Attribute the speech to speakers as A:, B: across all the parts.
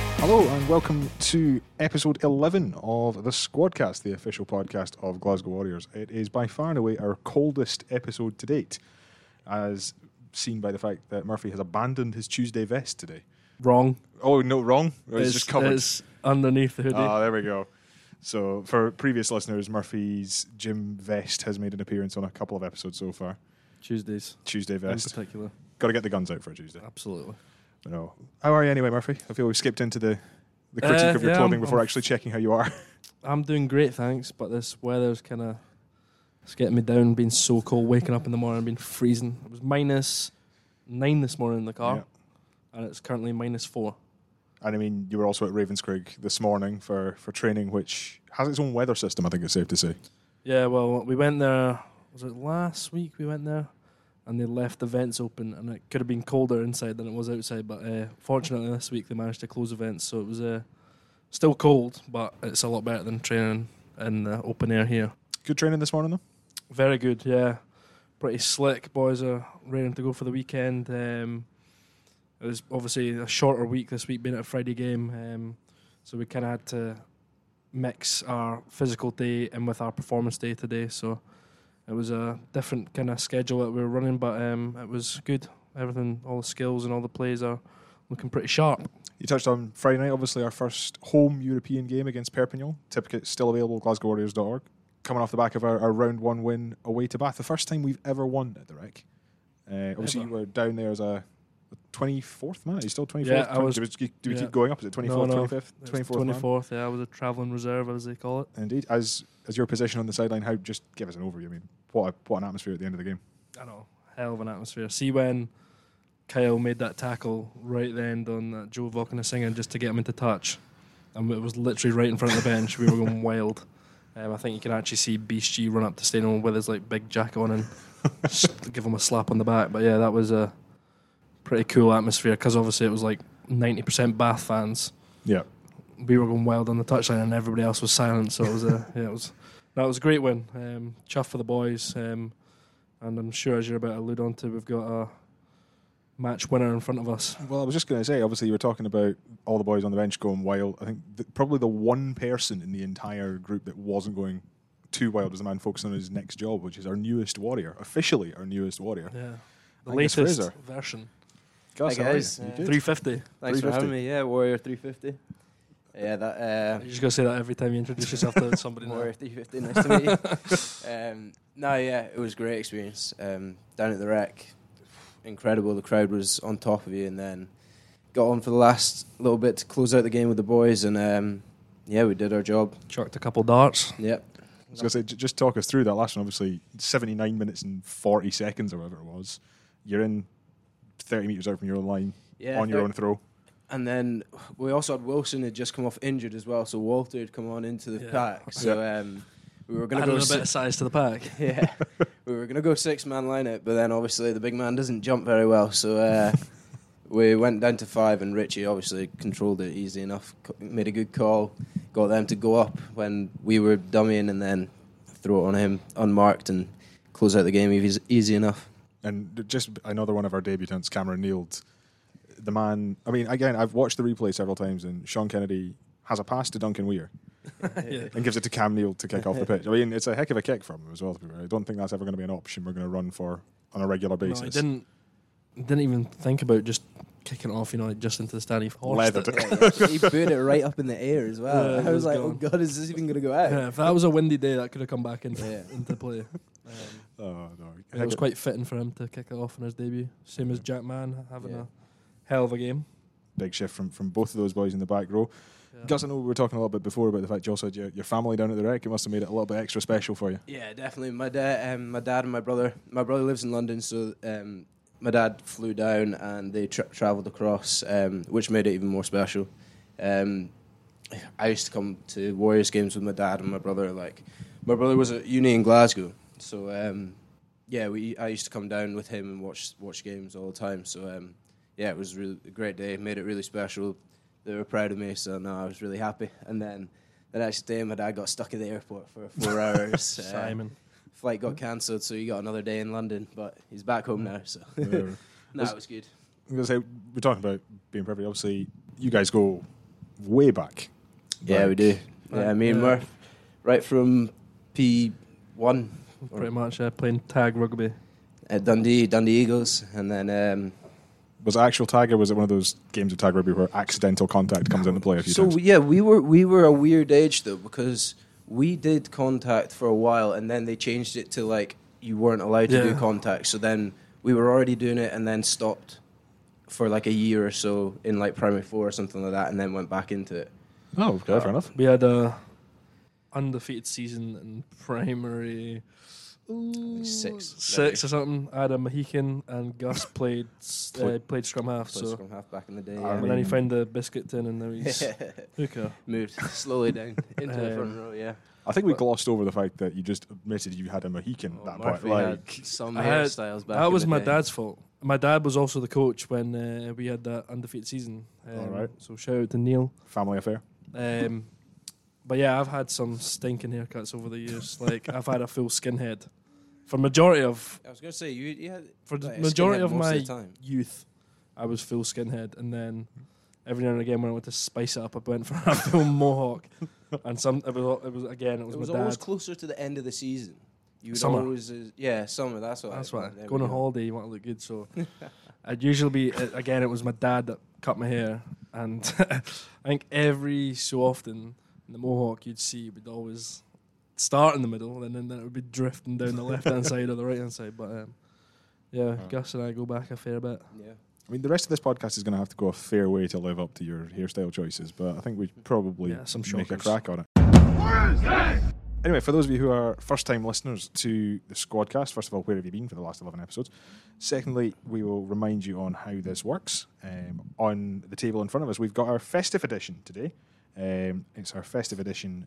A: and welcome to episode 11 of the Squadcast, the official podcast of Glasgow Warriors. It is by far and away our coldest episode to date, as seen by the fact that Murphy has abandoned his Tuesday vest today.
B: Wrong.
A: Oh, no, wrong. It's, just covered.
B: it's underneath the hoodie.
A: Ah, there we go. So, for previous listeners, Murphy's gym vest has made an appearance on a couple of episodes so far.
B: Tuesdays
A: Tuesday
B: in
A: vest.
B: particular.
A: Got to get the guns out for a Tuesday.
B: Absolutely.
A: No. How are you anyway, Murphy? I feel we've skipped into the, the critique
B: Uh,
A: of your
B: yeah,
A: clothing
B: I'm-
A: before
B: I'm-
A: actually checking how you are.
B: I'm doing great, thanks, but this weather's kind of it's getting me down. Being so cold, waking up in the morning, being freezing. It was minus nine this morning in the car,
A: Yeah.
B: and it's currently minus four.
A: And I mean, you were also at Ravenscraig this morning for, for training, which has its own weather system, I think it's safe to say.
B: Yeah, well, we went there. Was it last week we went there? And they left the vents open, and it could have been colder inside than it was outside. But uh, fortunately, this week they managed to close the vents, so it was uh, still cold, but it's a lot better than training in the open air here.
A: Good training this morning, though.
B: Very good, yeah. Pretty slick. Boys are raring to go for the weekend. Um, it was obviously a shorter week this week, being at a Friday game, um, so we kind of had to mix our physical day in with our performance day today. So it was a different kind of schedule that we were running, but um, it was good. Everything, all the skills and all the plays are looking pretty sharp.
A: You touched on Friday night, obviously, our first home European game against Perpignan. Ticket still available at glasgowwarriors.org. Coming off the back of our, our round one win away to Bath, the first time we've ever won at the Rec. Uh, obviously,
B: Ever.
A: you were down there as a 24th man. Are you still 24th?
B: Yeah, I was-
A: do we, do we
B: yeah.
A: keep going up? Is it 24th,
B: No, no.
A: 25th,
B: It was
A: 24th? man?
B: 24th, yeah, I was a travelling reserve, as they call it.
A: Indeed, as as your position on the sideline, how just give us an overview. I mean, what a, what an atmosphere at the end of the game.
B: I know, hell of an atmosphere. See when Kyle made that tackle right then on that Joe Vulcan singing just to get him into touch, and it was literally right in front of the bench. we were going wild. Um, I think you can actually see Beast G run up to Stadium with his like big jacket on and s- give him a slap on the back. But yeah, that was a pretty cool atmosphere because obviously it was like ninety percent Bath fans.
A: Yeah,
B: We were going wild on the touchline and everybody else was silent. So it was a yeah, it was that was a great win. Um, chuff for the boys, um, and I'm sure as you're about to allude on to, we've got a match winner in front of us.
A: Well, I was just going to say, obviously, you were talking about all the boys on the bench going wild. I think th probably the one person in the entire group that wasn't going too wild was the man focusing on his next job, which is our newest warrior, officially our newest warrior.
B: Yeah, the
A: Angus
B: latest
A: Fraser.
B: version,
A: Gus,
C: Hi,
A: how are you?
C: guys.
A: You
C: Uh,
A: good?
B: three fifty.
C: Thanks for
A: 350.
C: having me. Yeah, Warrior 350. Yeah, that
B: You
C: uh,
B: just gotta say that every time you introduce yourself to somebody. now.
C: Warrior 350. Nice to meet you. Um, no, yeah, it was a great experience um, down at the rec. Incredible. The crowd was on top of you, and then got on for the last little bit to close out the game with the boys, and um, yeah, we did our job.
B: Chucked a couple darts.
C: Yep.
A: I was going to say, j- just talk us through that last one. Obviously, 79 minutes and 40 seconds, or whatever it was. You're in 30 metres out from your own line
C: Yeah,
A: on your
C: thir-
A: own throw.
C: And then we also had Wilson had just come off injured as well, so Walter had come on into the
B: Yeah.
C: pack. So um, we were going to
B: Added a
C: go
B: little
C: si-
B: bit of size to the pack.
C: yeah, we were gonna go six man lineup, but then obviously the big man doesn't jump very well, so uh, we went down to five, and Richie obviously controlled it easy enough, co- made a good call, got them to go up when we were dummying, and then throw it on him unmarked and close out the game easy, easy enough.
A: and just another one of our debutants, Cameron Neild. The man, I mean, again, I've watched the replay several times, and Sean Kennedy has a pass to Duncan Weir
B: yeah.
A: and gives it to Cam Neild to kick off the pitch. I mean, it's a heck of a kick from him as well. to be fair. I don't think that's ever going to be an option we're going to run for on a regular
B: No, he
A: basis.
B: didn't. he Didn't even think about just kicking it off. You know, like, just into the stand. He horsed
A: Leathered
B: it.
A: it.
C: he booted it right up in the air as well.
B: Yeah, it
C: I
B: was
C: was like,
B: gone.
C: oh god, is this even gonna go out?
B: Yeah, if that was a windy day, that could have come back into
C: Yeah.
B: into play. Um,
A: Oh, no.
B: it was quite fitting for him to kick it off in his debut. Same as Jack Mann having
C: Yeah.
B: a hell of a game.
A: big shift from, from both of those boys in the back row.
B: Yeah.
A: Gus, I know we were talking a little bit before about the fact you also had your, your family down at the wreck. It must have made it a little bit extra special for you.
C: Yeah, definitely. My dad, um, my dad, and my brother. My brother lives in London, so um, my dad flew down and they tra- travelled across, um, which made it even more special. Um, I used to come to Warriors games with my dad and my brother. Like, my brother was at uni in Glasgow, so um, yeah, we I used to come down with him and watch watch games all the time. So um, yeah, it was really, a great day. Made it really special. They were proud of me, so no, I was really happy. And then the next day, my dad got stuck at the airport for four hours. Uh,
B: Simon.
C: flight got cancelled, so he got another day in London. But he's back home now, so
A: Uh,
C: no, it was good.
A: I'm gonna say we're talking about being perfect. Obviously, you guys go way back.
C: Yeah, we
A: Like,
C: do. Yeah, me and
B: Yeah.
C: Murph, right from P one
B: Pretty much, uh, playing tag rugby.
C: at Dundee, Dundee Eagles, and then um,
A: Was it actual tag or was it one of those games of tag rugby where accidental contact comes into play a few
C: so
A: times?
C: yeah, we were we were a weird age though because we did contact for a while, and then they changed it to like you weren't allowed to do
B: Yeah.
C: contact. So then we were already doing it, and then stopped for like a year or so in like primary four or something like that, and then went back into it.
A: Oh, okay, fair enough.
B: We had a undefeated season in primary ooh,
C: six,
B: six or something. I had a Mohican and Gus played s- uh,
A: Play-
B: played scrum half.
C: Played
B: So
C: scrum half back in the day.
A: I
C: yeah.
B: and then he
A: mean-
B: found the biscuit tin and now he's hooker.
C: Moved slowly down into the front
B: Um,
C: row. Yeah,
A: I think we
C: But-
A: glossed over the fact that you just admitted you had a Mohican
C: Oh,
A: at that point.
C: Murphy
A: Like,
C: had some
B: I had-
C: hairstyles back.
B: That
C: in
B: was
C: the
B: my
C: day.
B: dad's fault. My dad was also the coach when uh, we had that undefeated season. Um,
A: Alright.
B: So shout out to Neil.
A: family affair.
B: Um, but yeah, I've had some stinking haircuts over the years. like I've had a full skinhead for majority of
C: I was gonna say you. you had
B: for the
C: like, a
B: majority
C: skinhead
B: of
C: most
B: my
C: the time.
B: youth, I was full skinhead, and then every now and again when I went to spice it up, I went for a full mohawk, and some it was all- it was again it was,
C: It was
B: my
C: always
B: dad.
C: closer to the end of the season. You would
B: Summer.
C: always, uh, yeah, summer. That's what.
B: That's
C: I,
B: why
C: there
B: going
C: we
B: on
C: go.
B: holiday you want to look good. So I'd usually be uh, again it was my dad that cut my hair, and I think every so often in the mohawk you'd see would always start in the middle, and then, then it would be drifting down the left hand side or the right hand side. But um, yeah,
A: Huh.
B: Gus and I go back a fair bit.
C: Yeah.
A: I mean, the rest of this podcast is going to have to go a fair way to live up to your hairstyle choices, but I think we should probably
B: Yeah, some
A: make a
B: shockers.
A: crack on it. Anyway, for those of you who are first time listeners to the Squadcast, first of all, where have you been for the last 11 episodes? Secondly, we will remind you on how this works. Um, on the table in front of us, we've got our festive edition today. Um, it's our festive edition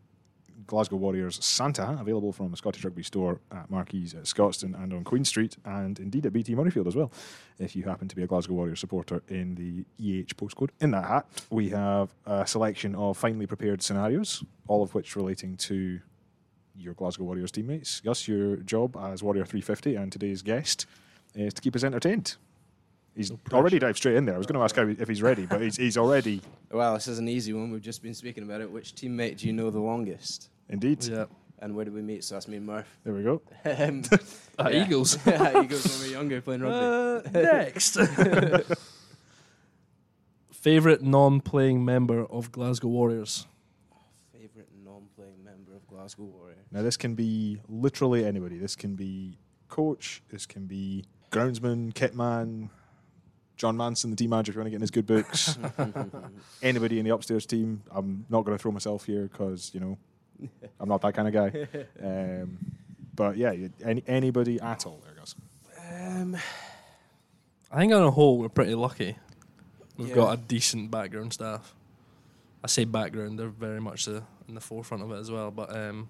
A: Glasgow Warriors Santa, available from the Scottish Rugby Store at Marquees at Scotstoun and on Queen Street, and indeed at BT Murrayfield as well. If you happen to be a Glasgow Warriors supporter in the EH postcode, in that hat, we have a selection of finely prepared scenarios, all of which relating to your Glasgow Warriors teammates. Gus, your job as Warrior 350 and today's guest is to keep us entertained. He's already dived straight in there. I was going to ask how, if he's ready, but he's, he's already,
C: Well, this is an easy one. We've just been speaking about it. Which teammate do you know the longest?
A: indeed.
B: Yeah,
C: And where did we meet? So that's me and Murph.
A: There we go.
C: Um,
B: At
C: yeah.
B: Eagles. Uh.
C: yeah, Eagles when we were younger playing rugby.
B: next. Favorite non-playing member of Glasgow Warriors.
C: Favorite non-playing member of Glasgow Warrior.
A: Now, this can be literally anybody. This can be coach. This can be groundsman, kitman, John Manson, the D manager, if you want to get in his good books. anybody in the upstairs team. I'm not going to throw myself here because you know I'm not that kind of guy. Um, but yeah, you- any, anybody at all. There goes.
C: Um,
B: I think on a whole we're pretty lucky. We've
C: Yeah.
B: got a decent background staff. I say background; they're very much the, in the forefront of it as well. But um,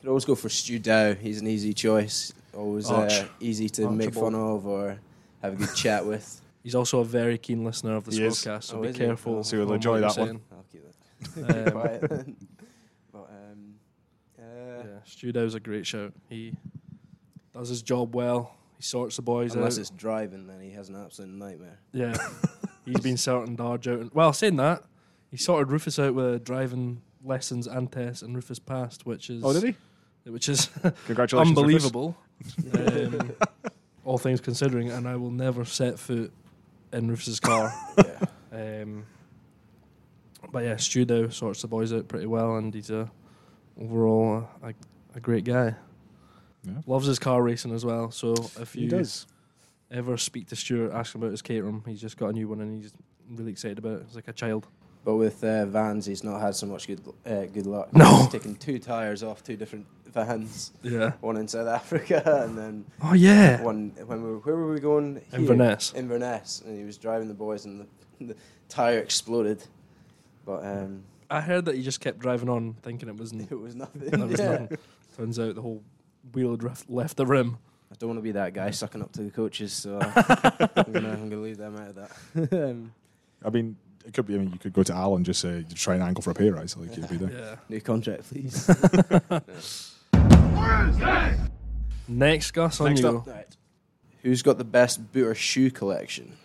C: could always go for Stu Dow. He's an easy choice. Always uh,
B: Arch.
C: easy to make
B: Archibald.
C: fun of or have a good chat with.
B: he's also a very keen listener of this
A: He is.
B: podcast, so
C: Oh,
B: be
C: is he?
B: careful.
C: Oh.
A: So he'll
B: on
A: enjoy
B: what
A: that
B: you're
A: one.
C: I'll keep that
B: saying. Um,
C: quiet. but um, uh,
B: yeah, Stu Dow's a great shout. He does his job well. He sorts the boys
C: Unless
B: out.
C: it's driving, then he has an absolute nightmare.
B: Yeah. He's been sorting Darge out. And, well, saying that, he sorted Rufus out with driving lessons and tests, and Rufus passed, which is
A: Oh, did he?
B: which is
A: Congratulations! Rufus.
B: unbelievable. um, all things considering, and I will never set foot in Rufus's car.
C: Yeah.
B: Um, but yeah, Studo sorts the boys out pretty well, and he's a overall a, a great guy.
A: Yeah.
B: Loves his car racing as well. So if you
A: He does.
B: ever speak to Stuart, ask him about his Caterham. He's just got a new one and he's really excited about it. He's like a child.
C: But with uh, vans, he's not had so much good uh, good luck.
B: No.
C: He's taken two tires off two different vans,
B: Yeah.
C: one in South Africa and then
B: Oh yeah.
C: one when we were, where were we going? Here.
B: Inverness.
C: Inverness, and he was driving the boys, and the, the tire exploded. But um,
B: I heard that he just kept driving on, thinking it was. n-
C: it was nothing.
B: That was
C: Yeah.
B: nothing. Turns out the whole wheel had ref- left the rim.
C: I don't want to be that guy sucking up to the coaches, so uh, I'm gonna I'm gonna leave them out of that. um,
A: I mean, it could be. I mean, you could go to Al and just say try and angle for a pay rise. Like you'd be there.
B: Yeah.
C: new contract, please.
B: Next, Gus, on
A: Next
B: you
A: up.
B: go.
C: right. Who's got the best boot or shoe collection?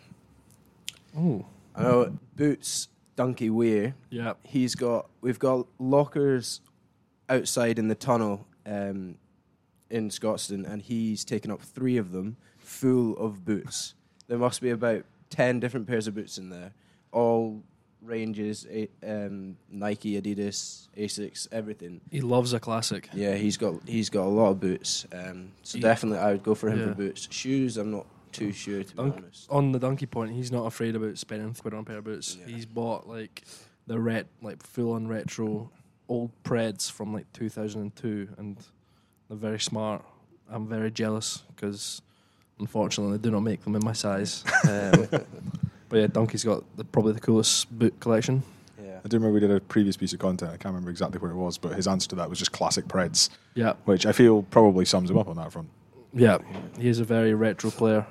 B: Ooh.
C: I know boots. Dunkey Weir,
B: Yeah.
C: he's got we've got lockers outside in the tunnel um, in Scotstoun, and he's taken up three of them full of boots. There must be about ten different pairs of boots in there, all ranges: a- um, Nike, Adidas, Asics, everything.
B: He loves a classic.
C: Yeah, he's got he's got a lot of boots. Um, so
B: He-
C: definitely, I would go for him
B: Yeah.
C: for boots. Shoes, I'm not too sure to be
B: Dunk-
C: honest.
B: On the donkey point, he's not afraid about spending quid on a pair of boots.
C: Yeah.
B: He's bought like the ret like full on retro old Preds from like 2002, and they're very smart. I'm very jealous because unfortunately they do not make them in my size. um, but yeah, Donkey's got the, probably the coolest boot collection.
C: Yeah,
A: I do remember we did a previous piece of content. I can't remember exactly where it was, but his answer to that was just classic Preds,
B: Yeah,
A: which I feel probably sums him up on that front.
B: yeah, he is a very retro player.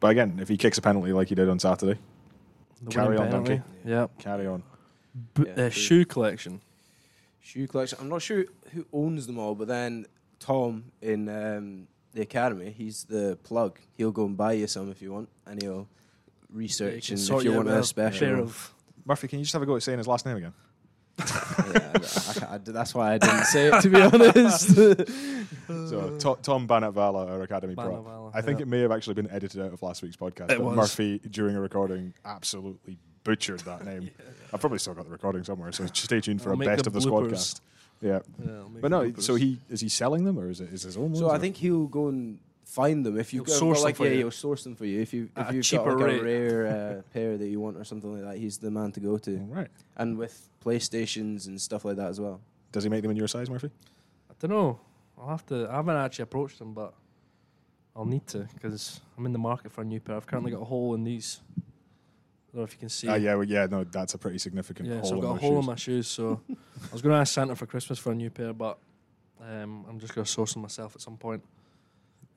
A: But again, if he kicks a penalty like he did on Saturday,
B: The
A: Carry
B: winning
A: on,
B: penalty.
A: Donkey.
B: Yeah,
A: carry on.
B: Bo-
C: Yeah,
B: uh,
C: dude.
B: shoe collection.
C: shoe collection. I'm not sure who owns them all, but then Tom in um, the academy, he's the plug. He'll go and buy you some if you want, and he'll
B: Yeah,
C: research
B: can
C: and
B: sort
C: if you
B: you
C: want
B: out
C: a
B: with
C: special.
B: pair
C: one.
B: of
A: Murphy, can you just have a go at saying his last name again?
C: yeah, I- I- I- that's why I didn't say it to be honest.
B: Uh,
A: So To- Tom Bannett Valla, our academy prop.
B: Banavala,
A: I think
B: yeah.
A: it may have actually been edited out of last week's podcast.
B: It
A: but
B: was.
A: Murphy, during a recording, absolutely butchered that name. I've probably still got the recording somewhere, so stay tuned for
B: I'll
A: a
B: make
A: best
B: the
A: of the
B: bloopers.
A: squadcast. Yeah,
B: Yeah, I'll make
A: but
B: a
A: no.
B: note of
A: So
B: this.
A: he is he selling them or is it is his own? ones,
C: so I
A: or-
C: think he'll go and find them if you
B: He'll source them
C: like
B: for
C: yeah,
B: you.
C: he'll source them for you if you
B: At
C: if
B: a
C: you've got
B: cheaper
C: like
B: rate.
C: a rare uh, pair that you want or something like that. He's the man to go
A: All
C: to,
A: right.
C: and with PlayStations and stuff like that as well.
A: Does he make them in your size, Murphy?
B: I don't know. I'll have to. I haven't actually approached them, but I'll need to because I'm in the market for a new pair. I've currently got a hole in these. I don't know if you can see.
A: Ah, yeah, well, yeah. No, that's a pretty significant
B: Yeah,
A: hole
B: so I've
A: in
B: got a
A: those
B: hole
A: shoes.
B: in my shoes. So I was going to ask Santa for Christmas for a new pair, but um, I'm just going to source them myself at some point.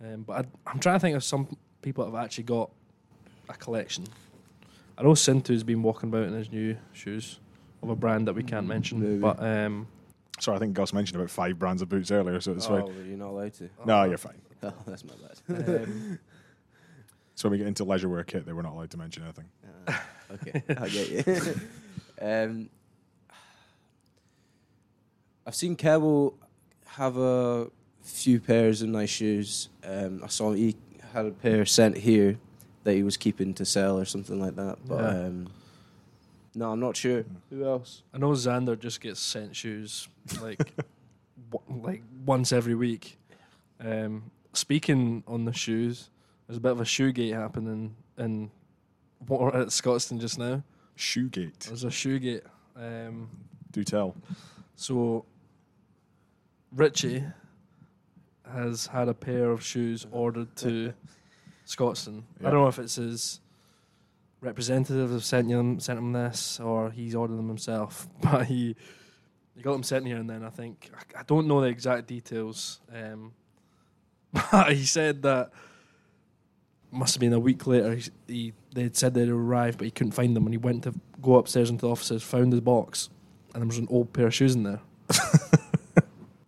B: Um, but I, I'm trying to think of some people that have actually got a collection. I know Sintu's been walking about in his new shoes of a brand that we can't mention,
C: Maybe.
B: but um,
A: Sorry, I think Gus mentioned about five brands of boots earlier, so it's
C: oh,
A: fine.
C: you're not allowed to.
A: No, you're fine.
C: Oh, that's my bad.
B: um,
A: So when we get into leisure wear kit, they were not allowed to mention anything.
C: Uh, okay, I get you. um, I've seen Keble have a few pairs of nice shoes. Um, I saw he had a pair sent here that he was keeping to sell or something like that. But
B: Yeah.
C: um, no, I'm not sure. Who else?
B: I know Xander just gets sent shoes like w- like once every week. Um, speaking on the shoes, there's a bit of a shoe gate happening in what at Scotstoun just now.
A: Shoegate,
B: There's a shoe gate. Um,
A: do tell.
B: so Richie has had a pair of shoes ordered to Scotstoun. I
A: Yeah.
B: don't know if it's his representative have sent him sent him this or he's ordered them himself, but he he got them sent here and then I think I, I don't know the exact details. Um, but he said that must have been a week later. He, he they'd said they'd arrived, but he couldn't find them, and he went to go upstairs into the offices, found his box, and there was an old pair of shoes in there.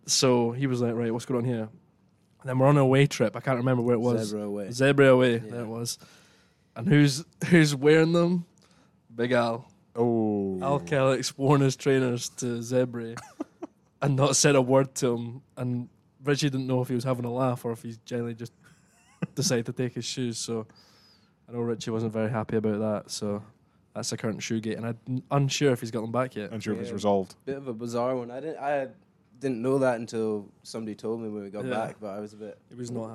B: so he was like, "Right, what's going on here?" And then we're on a away trip. I can't remember where it was.
C: Zebra away.
B: Zebra away.
C: Yeah.
B: There it was. And who's who's wearing them? Big Al.
A: Oh,
B: Al Kellex worn his trainers to Zebra, and not said a word to him. And Richie didn't know if he was having a laugh or if he generally just decided to take his shoes. So I know Richie wasn't very happy about that. So that's the current shoe gate, and I'm unsure if he's got them back yet.
A: unsure if it's
C: Yeah.
A: resolved.
C: Bit of a bizarre one. I didn't. I didn't know that until somebody told me when we got
B: Yeah.
C: back. But I was a bit.
B: He was not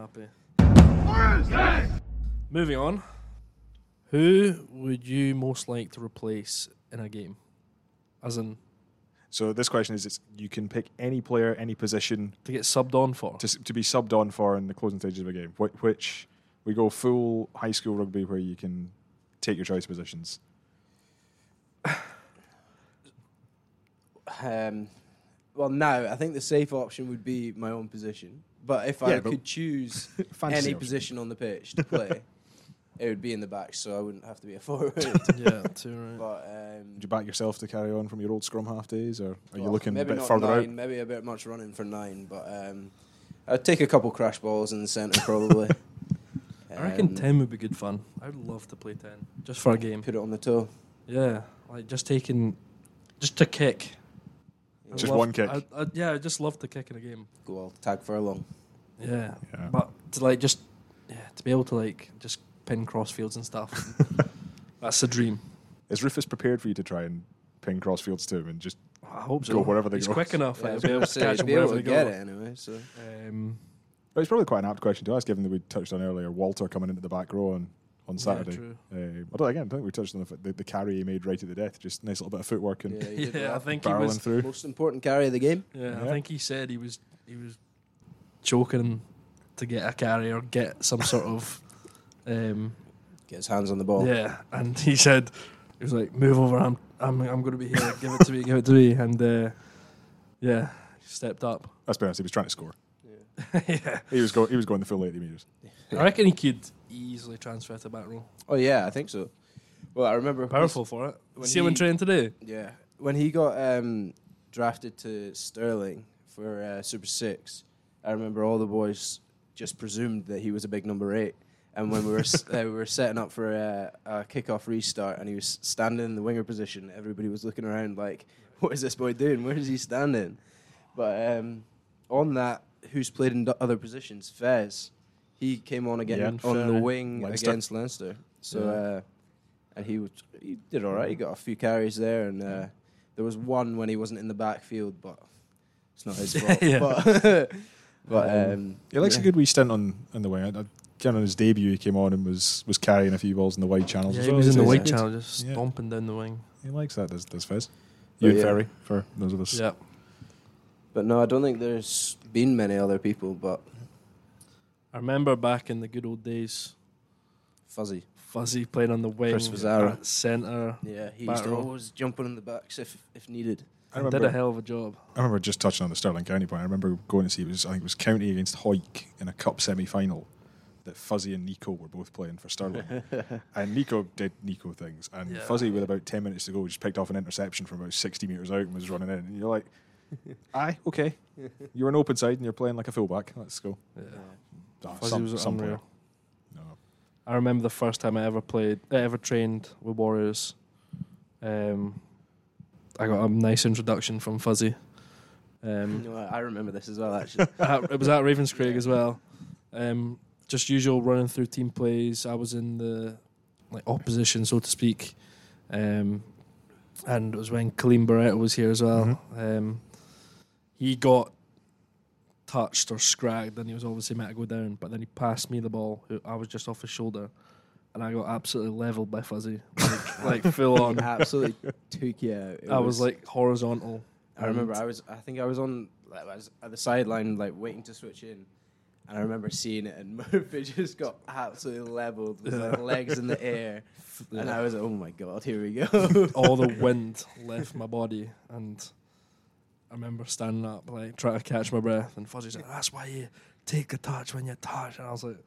B: happy. Moving on. Who would you most like to replace in a game? As in,
A: So this question is: it's you can pick any player, any position
B: to get subbed on for?
A: to, s- to be subbed on for in the closing stages of a game. Which, which we go full high school rugby, where you can take your choice positions.
C: Um, well, now I think the safe option would be my own position. But if I
A: Yeah, but-
C: could choose
A: Fantasy
C: any
A: option.
C: position on the pitch to play, it would be in the back, so I wouldn't have to be a forward.
B: yeah, two right.
C: but
A: Would
C: um,
A: you back yourself to carry on from your old scrum half days, or are you
B: Oh,
C: well,
A: looking a
C: maybe
A: bit
C: not
A: further
C: nine,
A: out?
C: Maybe a bit much running for nine, but um, I'd take a couple crash balls in the centre probably.
B: I reckon
C: Um,
B: ten would be good fun. I'd love to play ten just for a game.
C: Put it on the toe.
B: Yeah, like just taking, just to kick. I
A: Just
B: love-
A: one kick.
B: I, I, yeah, I just love to kick in a game.
C: Go all tag furlong.
B: Yeah,
A: Yeah.
B: but to like just yeah to be able to like just pin crossfields and stuff. that's a dream.
A: Is Rufus prepared for you to try and ping crossfields to him and just
B: I hope so.
A: Go wherever they
B: He's
A: go.
B: quick enough.
C: Yeah,
B: Like, to be able to
C: so
B: catch
C: you'd
B: him
C: be able
B: wherever
C: to
B: they
C: get
B: go.
C: it anyway. So
B: Um,
A: But it's probably quite an apt question to ask, given that we touched on earlier Walter coming into the back row on, on
B: Yeah,
A: Saturday.
B: true.
A: Uh, although again, I don't think we touched on the, f- the, the carry he made right at the death. Just nice little bit of footwork and
C: he did
B: yeah, I
C: well.
B: think he
A: barreling
B: was.
A: through.
C: most important carry of the game.
B: Yeah, I
A: Yeah.
B: think he said he was he was choking to get a carry or get some sort of um,
C: Get his hands on the ball.
B: yeah. And he said he was like, "Move over, I'm I'm I'm going to be here. Give it to me, give it to me." And uh, yeah, he stepped up.
A: Let's be honest, he was trying to score.
B: yeah,
A: He was go- he was going the full eighty meters.
B: I reckon he could easily transfer to back row.
C: Oh yeah, I think so. Well, I remember
B: Powerful for it.
C: When
B: See him in
C: he-
B: training today.
C: Yeah, when he got um, drafted to Sterling for uh, Super Six, I remember all the boys just presumed that he was a big number eight. And when we were s- uh, we were setting up for a, a kickoff restart, and he was standing in the winger position, everybody was looking around like, "What is this boy doing? Where is he standing?" But um, on that, who's played in the other positions? Fez, he came on again
A: Yeah.
C: on the
B: Fair.
C: wing
A: Leinster.
C: against Leinster. So.
B: Yeah.
C: Uh, and he was, he did all right. He got a few carries there, and uh, there was one when he wasn't in the backfield, but it's not his fault.
B: Yeah.
C: But, but um,
A: He likes a
C: yeah.
A: good wee stint on on the wing. I, I, again, on his debut, he came on and was was carrying a few balls in the wide channels.
B: Yeah,
A: as
B: he
A: well.
B: was in the
A: He's
B: wide
A: good.
B: channel, just
A: Yeah.
B: stomping down the wing.
A: He likes that. Does does Fez?
C: But
A: You and
C: yeah.
A: Ferry for those of us.
B: Yeah.
C: But no, I don't think there's been many other people, but
B: I remember back in the good old days,
C: Fuzzy.
B: Fuzzy playing on the wing,
C: Chris Mazzara.
B: at centre,
C: Yeah, he
B: Back
C: used to
B: row.
C: always jumping in the backs if if needed.
A: I
B: and did a
A: remember.
B: hell of a job.
A: I remember just touching on the Sterling County point. I remember going to see it was I think it was County against Hoyk in a cup semi final that Fuzzy and Nico were both playing for Sterling. and Nico did Nico things. And
B: Yeah.
A: Fuzzy with about ten minutes to go just picked off an interception from about sixty metres out and was running in. And you're like, Aye, okay. You're an open side and you're playing like a fullback. Let's go.
B: Yeah.
A: Ah,
B: Fuzzy was
A: player.
B: unreal.
A: No.
B: I remember the first time I ever played, I ever trained with Warriors. Um, I got a nice introduction from Fuzzy. Um,
C: No, I remember this as well, actually.
B: at- it was at Ravenscraig as well. Um, just usual running through team plays. I was in the like opposition, so to speak. Um, and it was when Colleen Barrett was here as well. Um, he got touched or scragged, and he was obviously meant to go down. But then he passed me the ball. Who I was just off his shoulder, and I got absolutely leveled by Fuzzy, like, like full
C: He
B: on.
C: absolutely took you out. It
B: I was like horizontal.
C: I remember
B: And-
C: I was I think I was on like, I was at the sideline like waiting to switch in, and I remember seeing it and Murphy just got absolutely leveled with like, legs in the air, and I was like, oh my god, here we go.
B: all the wind left my body, and I remember standing up, like trying to catch my breath. And Fuzzy's like, "That's why you take the touch when you touch." And I was like,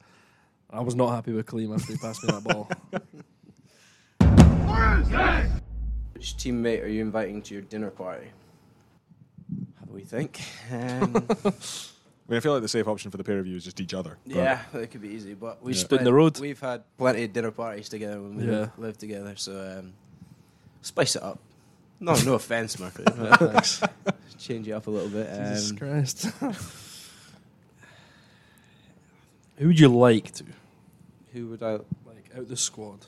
B: I was not happy with Kaleem after he passed me that ball.
C: Which teammate are you inviting to your dinner party? Have we think? Um,
A: I mean, I feel like the safe option for the pair of you is just each other. but-
C: yeah, it could be easy, but we
A: Yeah.
B: Split the road.
C: We've had plenty of dinner parties together when we
B: Yeah.
C: lived, lived together, so um, spice it up. No, no offense, Murphy.
B: Thanks.
C: Change it up a little bit.
B: Jesus
C: um,
B: Christ. Who would you like to
C: who would I
B: like out the squad?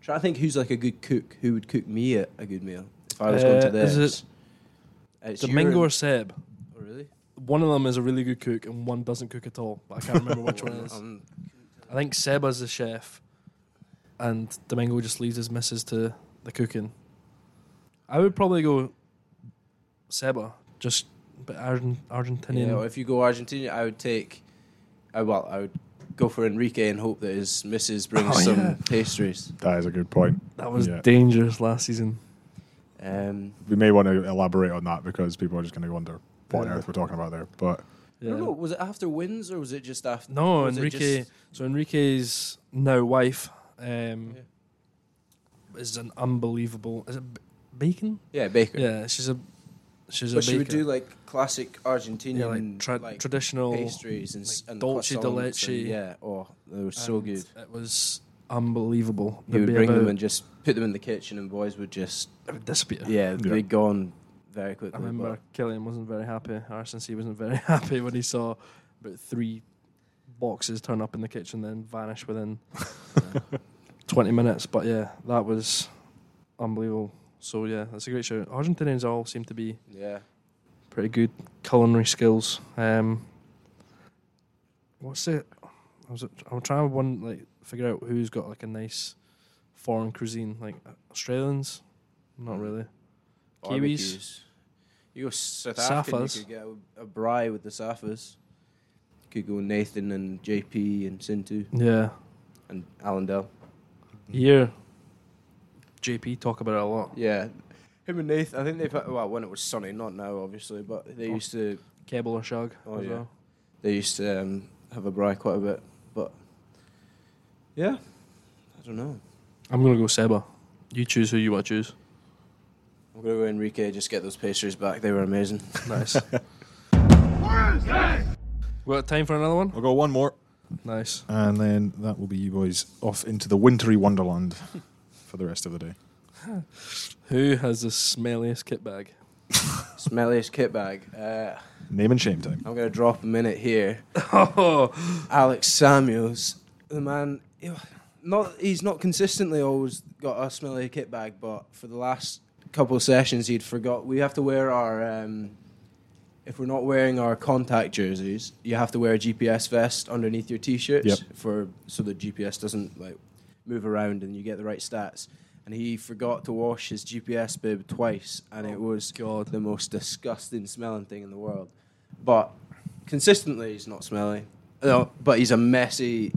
C: Trying to think who's like a good cook. Who would cook me a, a good meal if I was going to
B: Uh, is
C: theirs? Uh, it's
B: Domingo
C: your-
B: or Seb?
C: Oh, really?
B: One of them is a really good cook, and one doesn't cook at all. But I can't remember which one it is.
C: Um,
B: I think Seba's the chef, and Domingo just leaves his missus to the cooking. I would probably go Seba, just but Argent- Argentinian.
C: yeah, or if you go Argentina, I would take. I well, I would go for Enrique and hope that his missus brings
B: Oh,
C: some
B: yeah.
C: pastries.
A: That is a good point.
B: that was
A: yeah.
B: dangerous last season.
C: Um,
A: We may want to elaborate on that because people are just going to wonder what
B: Yeah.
A: on earth we're talking about there. But
C: I don't know. Was it after wins or was it just after?
B: No,
C: was it
B: Enrique.
C: just-
B: So Enrique's now wife um,
C: Yeah.
B: is an unbelievable. Is it b- bacon?
C: yeah, Baker.
B: Yeah, she's a she's
C: But
B: a
C: she would
B: baker.
C: do like classic Argentinian
B: yeah, like, tra-
C: like,
B: traditional
C: pastries and, s-
B: like
C: and
B: dolce de
C: croissants and-
B: leche.
C: Yeah, oh, they were so
B: and
C: good.
B: It was unbelievable.
C: He
B: There'd
C: would
B: be
C: bring them
B: about-
C: and just put them in the kitchen, and boys would just
B: it would disappear.
C: yeah,
A: Yeah.
C: they'd gone very quickly.
B: I remember Killian wasn't very happy. Arsene C wasn't very happy when he saw about three boxes turn up in the kitchen, then vanish within uh, twenty minutes. But yeah, that was unbelievable. So yeah, that's a great show. Argentinians all seem to be
C: but- yeah,
B: pretty good culinary skills. Um, what's it? I was I'm trying to one like figure out who's got like a nice foreign cuisine. Like Australians, not really.
C: Barbecues. You go South African, you
B: Safas.
C: could get a, a bry with the Safas. Could go Nathan and JP and Sintu
B: Yeah.
C: and Allendale.
B: Here, JP talk about it a lot.
C: Yeah. Him and Nathan, I think they've had, well when it was sunny, not now obviously, but they
B: Oh.
C: used to
B: Kebble or Shag
C: Oh,
B: as
C: yeah.
B: well.
C: they used to um, have a bry quite a bit, but yeah, I don't know.
B: I'm gonna go Seba. You choose who you want to choose.
C: I'm gonna go Enrique just get those pastries back. They were amazing.
B: Nice. we got time for another one.
A: I'll go one more,
B: Nice.
A: and then that will be you boys off into the wintry wonderland for the rest of the day.
B: Who has the smelliest kit bag?
C: Smelliest kit bag. Uh,
A: Name and shame time.
C: I'm gonna drop a minute here.
B: Oh,
C: Alex Samuels, the man. you know, Not he's not consistently always got a smelly kit bag, but for the last couple of sessions he'd forgot. We have to wear our um, if we're not wearing our contact jerseys, you have to wear a GPS vest underneath your t-shirts
A: Yep.
C: for so the GPS doesn't like move around and you get the right stats. And he forgot to wash his GPS bib twice, and it was
B: God.
C: the most disgusting smelling thing in the world. But consistently, he's not smelly. No, but he's a messy,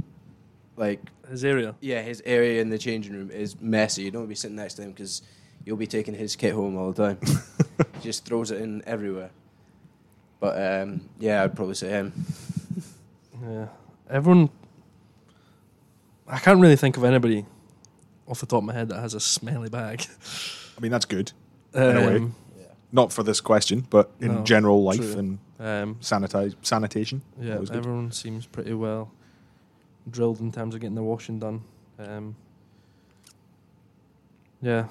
C: like
B: his area.
C: yeah, his area in the changing room is messy. You don't want to be sitting next to him because you'll be taking his kit home all the time. he just throws it in everywhere. But um, yeah, I'd probably say him.
B: Yeah. Everyone. I can't really think of anybody off the top of my head that has a smelly bag.
A: I mean, that's good. In a way.
B: Um,
C: Yeah,
A: Not for this question, but in
B: No,
A: general life
B: true.
A: and
B: um,
A: sanitize, sanitation.
B: Yeah,
A: Always good.
B: everyone seems pretty well drilled in terms of getting their washing done. Um, yeah,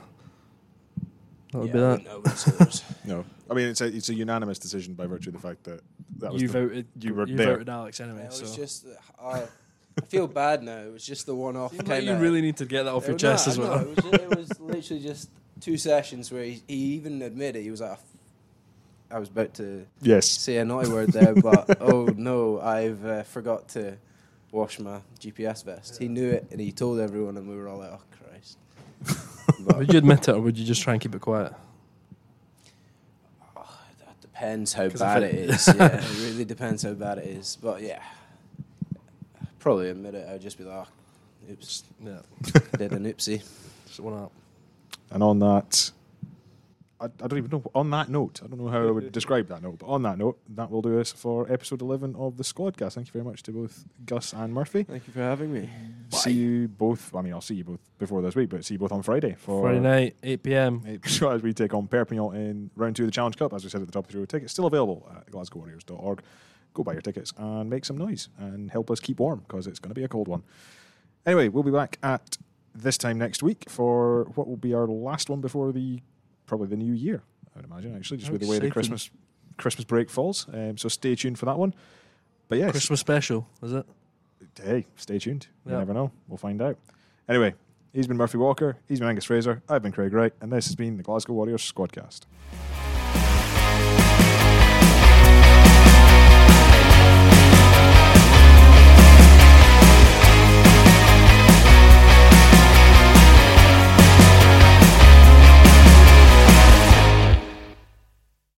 B: that would be
C: I
B: that.
C: wouldn't- I wouldn't say those.
A: No, I mean it's a it's a unanimous decision by virtue of the fact that that was
B: you
A: the-
B: voted.
A: you were
B: you
A: there.
B: voted Alex anyway.
C: It was
B: so
C: just, I, I feel bad now. It was just the one off.
B: Seems like you really need to get that off your chest as well.
C: it, was, it was literally just two sessions where he, he even admitted he was like, I was about to
A: yes.
C: say a naughty word there, but oh no, I've uh, forgot to wash my GPS vest. He knew it and he told everyone, and we were all like, oh Christ. But
B: would you admit it, or would you just try and keep it quiet?
C: that depends how
B: 'Cause
C: bad
B: if
C: it
B: it-
C: is. yeah, it really depends how bad it is. But yeah, probably admit it. I'd just be like, oh, oops,
B: Yeah,
C: did an oopsie.
B: just one up.
A: And on that, I, I don't even know. On that note, I don't know how I would describe that note. But on that note, that will do us for episode eleven of the Squadcast. Thank you very much to both Gus and Murphy.
C: Thank you for having me.
A: See you both. I mean, I'll see you both before this week, but see you both on Friday for
B: Friday night, eight pm.
A: It- so as we take on Perpignan in round two of the Challenge Cup, as we said at the top of the show, tickets still available at glasgowwarriors.org. Go buy your tickets and make some noise and help us keep warm because it's going to be a cold one. Anyway, we'll be back at this time next week for what will be our last one before the probably the new year. I would imagine actually, just
B: How
A: with the way the
B: exciting.
A: Christmas Christmas break falls. Um, so stay tuned for that one. But yes,
B: Christmas special, is it?
A: hey, stay tuned. You
B: Yeah.
A: never know. We'll find out. Anyway, he's been Murphy Walker. He's been Angus Fraser. I've been Craig Wright, and this has been the Glasgow Warriors Squadcast.